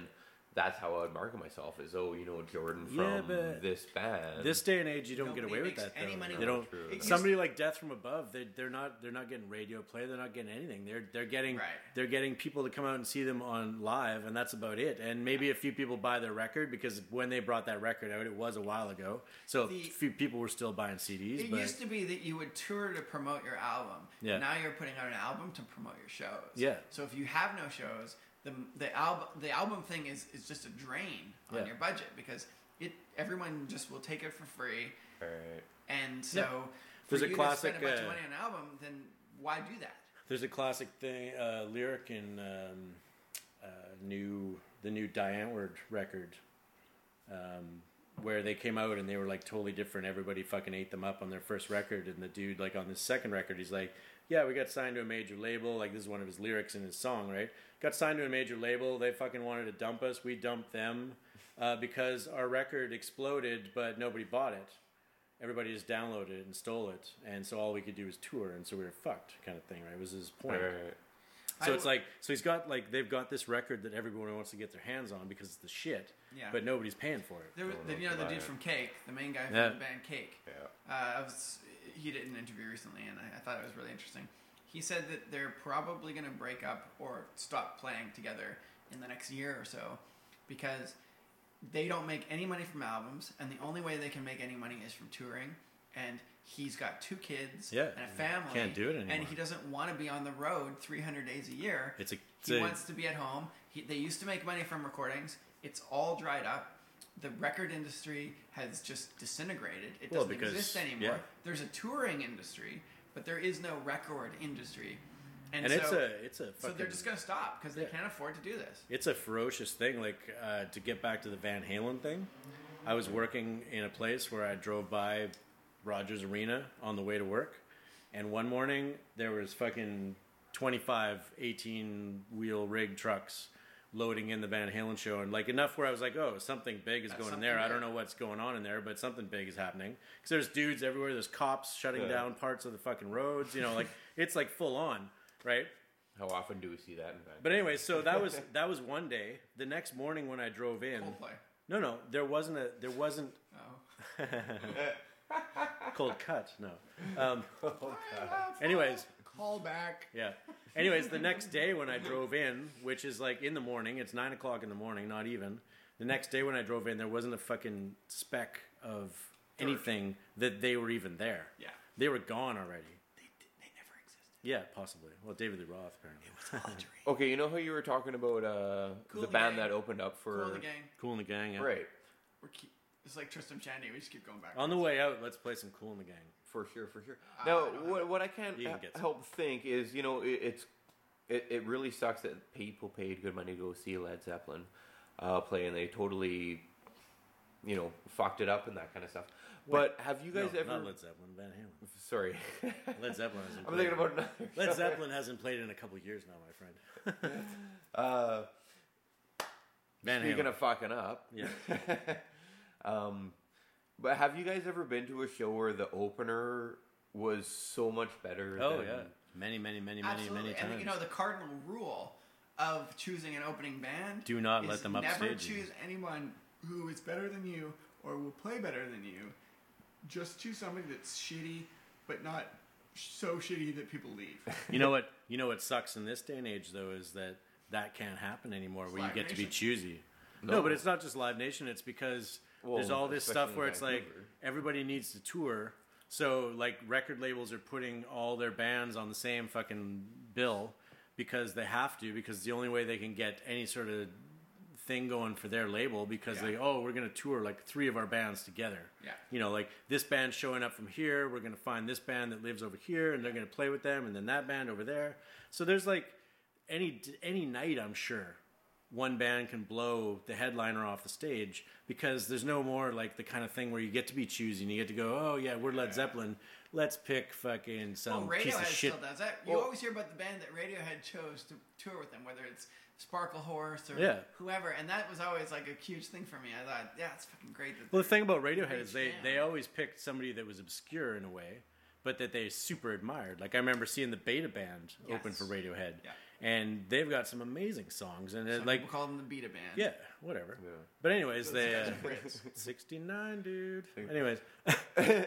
that's how I would market myself as oh, you know, Jordan from Yeah, but this band. this day and age, you don't get Nobody away with makes that. Though. any money they don't. off True. It used- Somebody like Death from Above, they, they're not they're not getting radio play. They're not getting anything. They're they're getting Right. they're getting people to come out and see them on live, and that's about it. And maybe a few people buy their record because when they brought that record out, it was a while ago, so The- a few people were still buying CDs. It but used to be that you would tour to promote your album. Yeah. Now you're putting out an album to promote your shows. Yeah. So if you have no shows, the the album the album thing is is just a drain on Yeah. your budget because it everyone just will take it for free, All right. and so for There's a you classic, to spend a bunch uh, of money on an album, then why do that? There's a classic thing uh, lyric in um, uh, new the new Diantward record um, where they came out and they were like totally different. Everybody fucking ate them up on their first record, and the dude like on his second record, he's like, "Yeah, we got signed to a major label." Like this is one of his lyrics in his song, right? Got signed to a major label. They fucking wanted to dump us. We dumped them uh, because our record exploded, but nobody bought it everybody just downloaded it and stole it, and so all we could do was tour, and so we were fucked, kind of thing, right? Was his All point? right. So I it's w- like, so he's got like they've got this record that everyone wants to get their hands on because it's the shit, Yeah. but nobody's paying for it. There was, Don't the, know you know the about dude it. from Cake, the main guy from Yeah. the band Cake. Yeah. Uh, I was, he did an interview recently, and I, I thought it was really interesting. He said that they're probably going to break up or stop playing together in the next year or so because they don't make any money from albums, and the only way they can make any money is from touring. And he's got two kids Yeah, and he a family. can't do it And anymore. he doesn't want to be on the road 300 days a year. It's a- it's he a- wants to be at home. He, they used to make money from recordings. It's all dried up. The record industry has just disintegrated. It Well, doesn't because- exist anymore. yeah. There's a touring industry, but there is no record industry. And, and so, it's a it's a fucking, so they're just going to stop because they Yeah. can't afford to do this. it's a ferocious thing. Like uh, to get back to the Van Halen thing, I was working in a place where I drove by Rogers Arena on the way to work, and one morning there was fucking 25 18 wheel rig trucks loading in the Van Halen show, and like enough where I was like, oh, something big is That's going in something there. I don't big. know what's going on in there, but something big is happening because there's dudes everywhere. There's cops shutting Yeah. down parts of the fucking roads. You know, like it's like full on, right? How often do we see that? In fact? But anyway, so that was that was one day. The next morning when I drove in, Coldplay. no, no, there wasn't a there wasn't Oh. cold cut. No. Um, anyways, Call back. yeah. Anyways, the next day when I drove in, which is like in the morning, it's nine o'clock in the morning, not even. The next day when I drove in, there wasn't a fucking speck of anything that they were even there. Yeah. They were gone already. They, did, they never existed. Yeah, possibly. Well, David Lee Roth apparently. It's all a dream. okay, you know how you were talking about uh, Cool the the band Gang. that opened up for Cool the gang. Cool in the Gang. Yeah. right We're keep, it's like Tristan Shandy. We just keep going back. On the way out, let's play some Cool in the Gang. for sure, for sure. I Now, don't what what I can't You can uh, get some. help think is, you know, it, it's it, it really sucks that people paid good money to go see Led Zeppelin uh, play, and they totally, you know, fucked it up and that kind of stuff. But have you guys No, ever? Not Led Zeppelin, Van Halen. Sorry, Led Zeppelin hasn't. I'm played. thinking about another. Led Zeppelin hasn't played in a couple years now, my friend. Uh, Van speaking Halen. of fucking up, yeah. um, but have you guys ever been to a show where the opener was so much better? Oh than- yeah. Many, many, many, many, Absolutely. many times. And you know the cardinal rule of choosing an opening band. Do not is let them Never upstage you. choose anyone who is better than you or will play better than you. Just choose somebody that's shitty, but not so shitty that people leave. you know what? You know what sucks in this day and age though is that that can't happen anymore, where Live you get to be Nation. choosy. No. but it's not just Live Nation. It's because there's Well, all this especially stuff where in it's like Vancouver. everybody needs to tour. So like record labels are putting all their bands on the same fucking bill because they have to because it's the only way they can get any sort of thing going for their label because Yeah. they oh we're gonna tour like three of our bands together Yeah. you know like this band showing up from here we're gonna find this band that lives over here and they're gonna play with them and then that band over there so there's like any any night i'm sure one band can blow the headliner off the stage because there's no more like the kind of thing where you get to be choosy and you get to go oh yeah we're led zeppelin let's pick fucking Well, some Um, piece Radiohead of shit still does that. You Well- always hear about the band that Radiohead chose to tour with them, whether it's Sparkle Horse or Yeah. whoever, and that was always like a huge thing for me. I thought, yeah, it's fucking great. That Well, the thing about Radiohead is they, Great they jam. always picked somebody that was obscure in a way, but that they super admired. Like I remember seeing the Beta Band open Yes. for Radiohead, Yeah. and they've got some amazing songs. And it, some uh, like, people call them the Beta Band. yeah, whatever. Yeah. But anyways, they uh, Brits. sixty nine, dude. Anyways,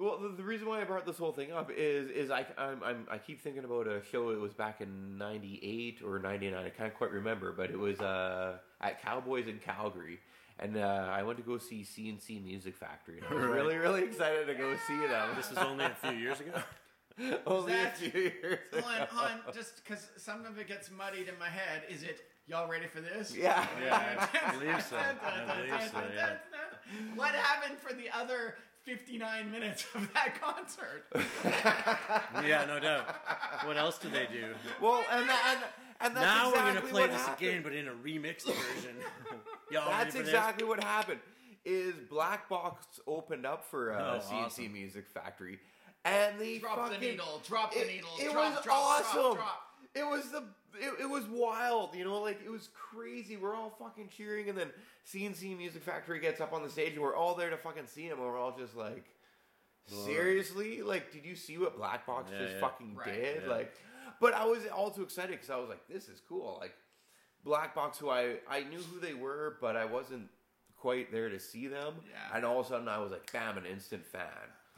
Well, the, the reason why I brought this whole thing up is is I I'm, I'm I keep thinking about a show that was back in '98 or '99. I can't quite remember, but it was uh, at Cowboys in Calgary, and uh, I went to go see CNC Music Factory. And I was Right. really really excited to go see them. this was only a few years ago. only that- a few years. Hold on, ago. hold on, just because some of it gets muddied in my head. Is it y'all ready for this? Yeah. Yeah, I believe so. I believe so. Yeah. What happened for the other 59 minutes of that concert? yeah, no doubt. What else do they do? Well, and that, and, and that's now exactly we're gonna play what this happened. again, but in a remixed version. Y'all ready That's for this? exactly what happened. Is Black Box opened up for uh, Oh, CNC awesome. Music Factory, and they Drop fucking, the needle, drop the It, needle, it drop, was drop, drop, awesome. drop. It was the it, it was wild, you know, like it was crazy. We're all fucking cheering, and then CNC Music Factory gets up on the stage, and we're all there to fucking see him, and we're all just like, seriously, like, did you see what Black Box Yeah, just yeah. fucking Right. did? Yeah. Like, but I was also excited because I was like, this is cool. Like, Black Box, who I I knew who they were, but I wasn't quite there to see them. Yeah. And all of a sudden, I was like, bam, an instant fan.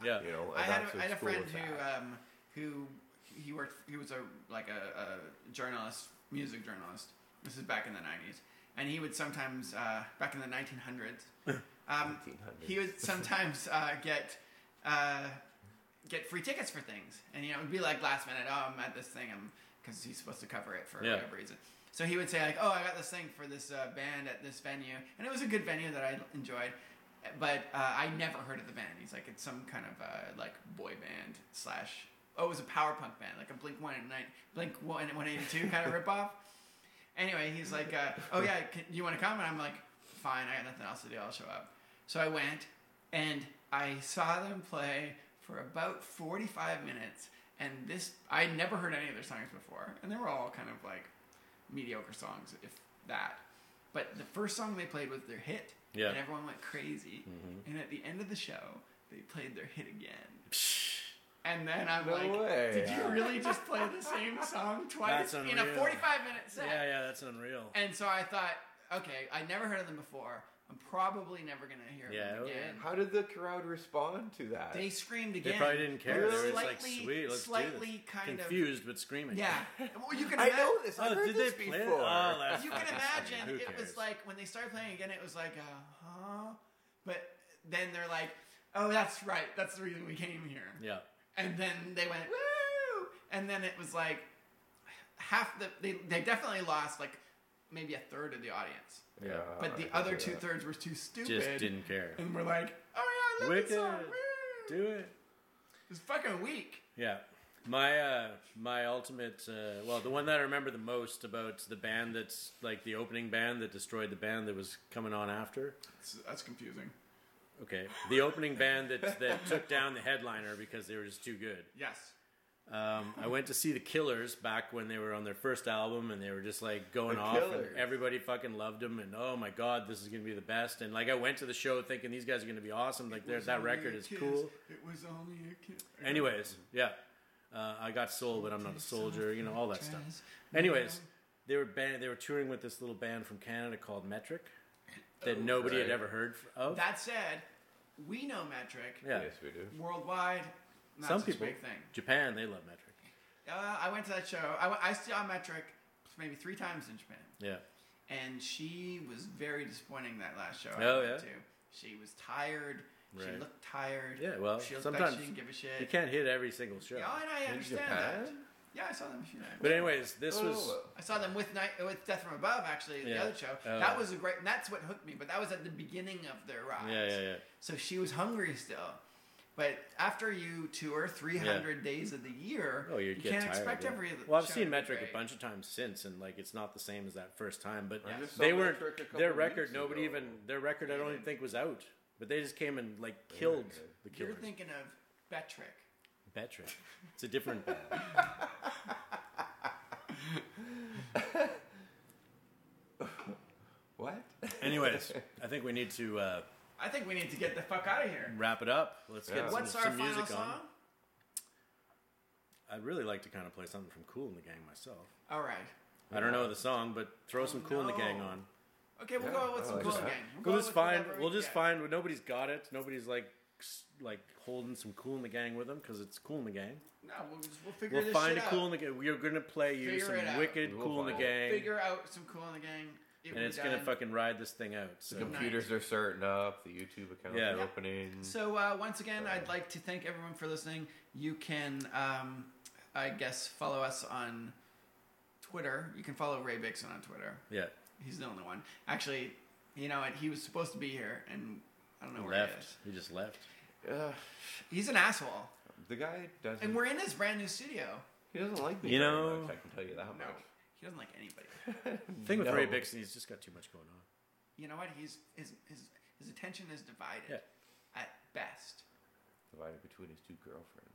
Yeah. You know, I and had, that's a, I had a what's cool friend with who that. um, who he worked. He was a like a, a journalist, music journalist. This is back in the '90s, and he would sometimes uh, back in the 1900s. Um, 1900s. He would sometimes uh, get uh, get free tickets for things, and you know, it'd be like last minute. Oh, I'm at this thing. I'm because he's supposed to cover it for Yeah. whatever reason. So he would say like, "Oh, I got this thing for this uh, band at this venue, and it was a good venue that I enjoyed, but uh, I never heard of the band." He's like, "It's some kind of uh, like boy band slash oh, it was a power punk band, like a Blink One Nine Blink One One Eighty Two kind of ripoff." Anyway, he's like, uh, "Oh yeah, can, you want to come?" And I'm like, "Fine, I got nothing else to do. I'll show up." So I went, and I saw them play for about 45 minutes. And this, I had never heard any of their songs before, and they were all kind of like mediocre songs, if that. But the first song they played was their hit, Yeah. Mm-hmm. and everyone went crazy. And at the end of the show, they played their hit again. And then I'm No like, way. did you really just play the same song twice That's in a unreal. 45 minute set? Yeah, yeah, that's unreal. And so I thought, okay, I never heard of them before. I'm probably never gonna hear of Yeah, them oh, again. How did the crowd respond to that? They screamed again. They probably didn't care. They were just like, Slightly- sweet, let's slightly do this. kind of- Confused but screaming. Yeah. Well, you can. I imagine- know this. I've Oh, heard did this they play before. it? Oh, that's You can fucking funny. imagine Who it was cares? like when they started playing again, it was like, uh huh. But then they're like, oh, that's right. That's the reason we came here. Yeah. And then they went woo, and then it was like half the they they definitely lost like maybe a third of the audience, yeah, Oh, but I the can other see two that. thirds were too stupid. Just didn't care. And we're like, oh yeah, I love this song. Wicked. Woo. Do it. It's fucking weak. Yeah. My uh, my ultimate uh, well, the one that I remember the most about the band that's like the opening band that destroyed the band that was coming on after. That's confusing. Okay, the opening band that that took down the headliner because they were just too good. Yes. Um, I went to see the Killers back when they were on their first album, and they were just like going off, Killers. and everybody fucking loved them. And oh my god, this is gonna be the best! And like I went to the show thinking these guys are gonna be awesome. Like there's that record is cool. It was only a kiss. Anyways, yeah. Uh, I got soul, but I'm not a soldier. You know all that stuff. Anyways, they were band, they were touring with this little band from Canada called Metric that nobody had Oh, right. ever heard of. That said, we know metric yeah, Yes, we do. worldwide. Not some such a people, big thing. Japan, they love Metric. Uh, I went to that show. I, went- I saw metric maybe three times in Japan, Yeah, and she was very disappointing that last show. I Oh, went yeah? to. She was tired. She Right. looked tired. Yeah, well, she looked sometimes like she didn't give a shit. you can't hit every single show. yeah, and I understand Japan? that. Yeah, I saw them a few times. But anyways, this was Oh, I saw them with night with Death from Above actually the Yeah. other show. Oh. That was a great. and That's what hooked me. But that was at the beginning of their rise. yeah, yeah, yeah. So she was hungry still. But after you tour 300 days of the year, Oh, you you'd get can't tired, expect yeah. every. Well, I've show seen to be Metric great. a bunch of times since, and like it's not the same as that first time. But I just saw they weren't Metric a couple their weeks record. Nobody ago. even their record. I don't even think was out. But they just came and like killed the You're killers. thinking of Betrick. Metric. It's a different band. What? Anyways, I think we need to uh, I think we need to get the fuck out of here. wrap it up. Let's get Yeah. Mm. some, What's our some final music song? on. I'd really like to kind of play something from Cool in the Gang myself. All right. I don't know the song, but throw some Cool in the Gang no. on. Okay, we'll Yeah, go with I some like cool that. gang. We'll go just with find. whatever We'll we just get. find. Nobody's got it. Nobody's like s- like holding some cool in the gang with them because it's cool in the gang. No, we'll, just, we'll figure We'll this find shit a cool in out. the gang. We're gonna play you Figure it out. some wicked We'll cool in the find it. gang, Figure out some cool in the gang. It and will it's be gonna done. fucking ride this thing out. So Good night. Computers are starting up. The YouTube account Yeah. is Yeah. opening. So uh, once again, I'd like to thank everyone for listening. You can, um, I guess, follow us on Twitter. You can follow Ray Bixon on Twitter. yeah, He's the only one. Actually, you know what? He was supposed to be here, and I don't know where he left. is. He just left. Ugh, He's an asshole, the guy doesn't. and we're in his brand new studio. he doesn't like me. You very know- much, I can tell you that much. he doesn't like anybody. The thing with No. Ray Bixon, he's just got too much going on. You know what? He's his his, his attention is divided Yeah. at best. Divided between his two girlfriends.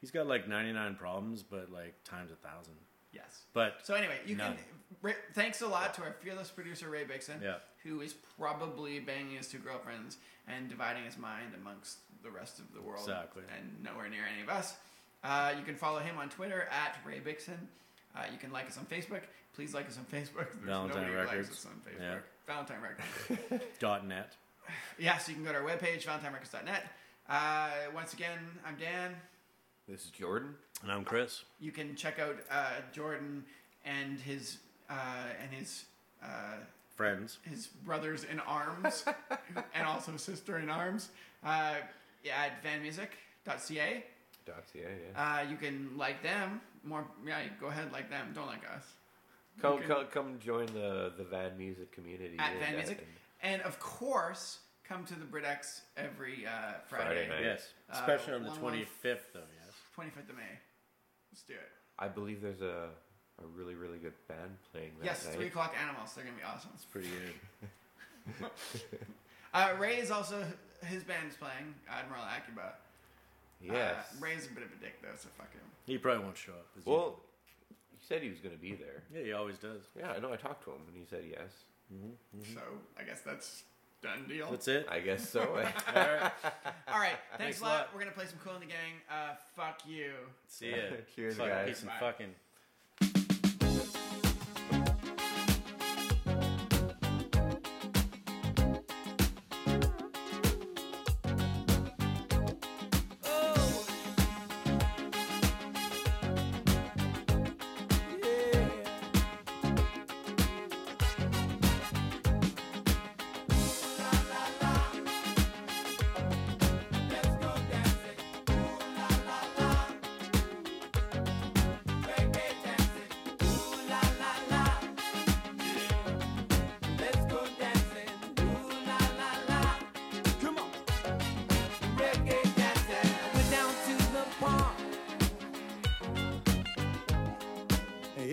He's got like 99 problems, but like times a thousand. Yes. But So anyway, you None. can. Ray, thanks a lot to our fearless producer Ray Bixon, Yeah. who is probably banging his two girlfriends and dividing his mind amongst the rest of the world, Exactly. and nowhere near any of us. Uh, you can follow him on Twitter at Ray Bixon. Uh, you can like us on Facebook. Please like us on Facebook. There's Valentine nobody who likes Records. us on Facebook. Yeah. Valentine Records. dot net. yeah, so you can go to our webpage, valentinerecords.net. Uh, once again, I'm Dan. This This is Jordan. And I'm Chris. You can check out uh, Jordan and his uh, and his uh, Friends. his brothers in arms and also sister in arms uh, at vanmusic.ca. Docs, yeah, yeah. Uh, you can like them more. Yeah, go ahead, like them. Don't like us. come, okay. come, come join the the Van Music community. at yeah, Van that- Music. and- And of course, come to the Britex every uh, Friday, Friday night. Yes. Uh, Especially on the one 25th, month. though, yes. 25th of May. Let's do it. I believe there's a a really really good band playing that yes, night. 3 o'clock animals. They're going to be awesome. It's pretty good. Uh, Ray is also, his band's playing, Admiral Akiba. Yes. Uh, Ray's a bit of a dick, though, so fuck him. He probably won't show up. is he? well, he said he was going to be there. yeah, he always does. Yeah, I know. I talked to him and he said yes. Mm-hmm. So I guess that's done deal. That's it. I guess so. All right. All right. Thanks, Thanks a a lot. lot. We're going to play some Cool in the Gang. Uh, fuck you. See ya. Cheers, Fucking guys. Peace and Bye. fucking.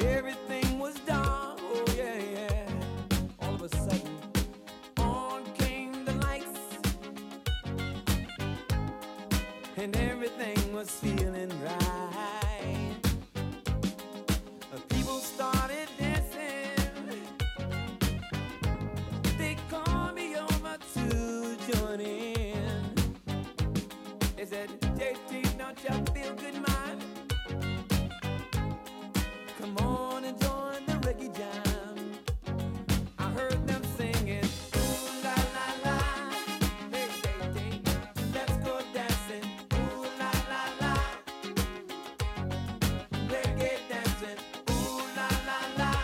Everything was dark, oh yeah, yeah. All of a sudden, on came the lights, and everything was feeling right. Uh, People started dancing. They called me over to join in. They said, JT, don't you feel good, man? Come on and join the reggae jam. I heard them singing. Ooh la la la, hey hey hey, let's go dancing. Ooh la la la, reggae dancing. Ooh la la la,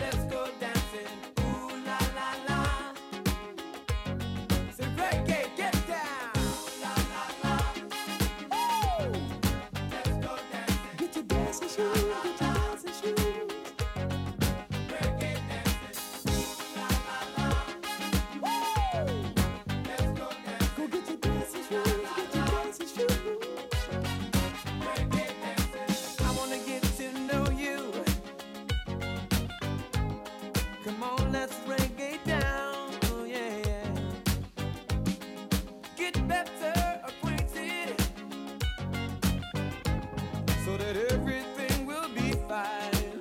let's go dancing. Ooh la la la, say reggae, get down. Ooh la la la, oh. Get your dancing shoes, get your dancing shoes. Woo! Go get your dancing shoes, get your dancing shoes. I wanna get to know you. Come on, let's reggae down, oh yeah, yeah. Get better acquainted so that everything will be fine.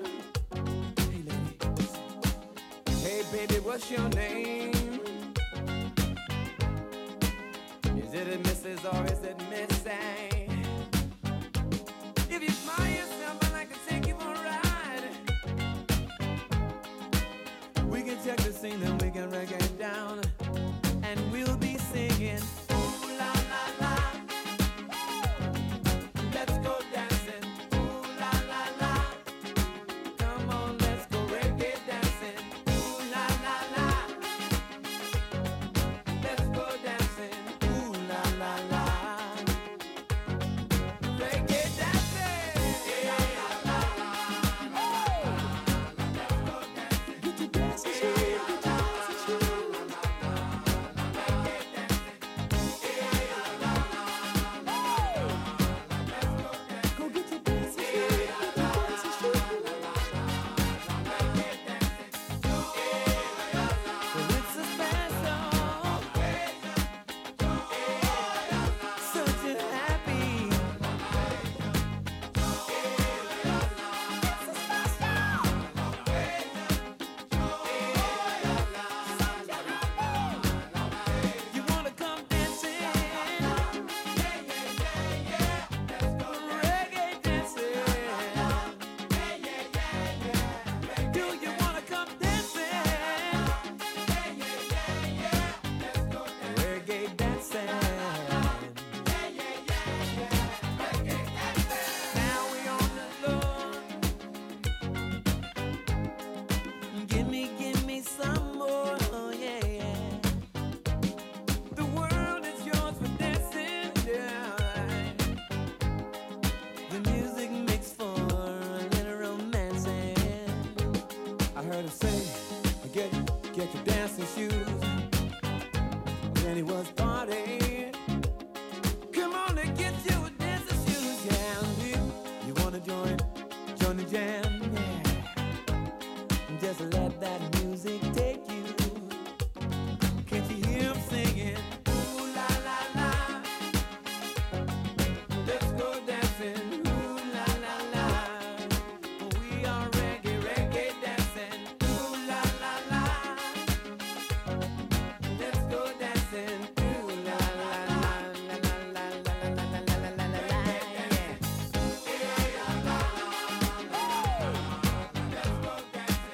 Hey, ladies. Hey, baby, what's your name? Is it a Mrs. or is it Miss? A? If you find yourself, and I can take you for a ride. We can check the scene, then we can reggae down, and we'll be singing. Ooh la la la. Let's go dancing, ooh la la la. Come on, let's go reggae dancing, ooh la la la. Let's go dancing, ooh la la la. Reggae dancing, la la la la. Let's go dancing, ooh la la la. Gimme, gimme some more, oh yeah, yeah. The world is yours for dancing, yeah. The music makes for a little romancing. I heard him say, get, get your dancing shoes. Then he was partying. Come on and get your dancing shoes, yeah. And if you wanna join, join the jam, yeah. Just let that music take you. Can't you hear him singing? Ooh la la la. Let's go dancing. Ooh la la la. We are reggae, reggae dancing. Ooh la la la. Let's go dancing. Ooh la la la. La la la la la la la la la la. Yeah.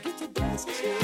Get your dance shoes.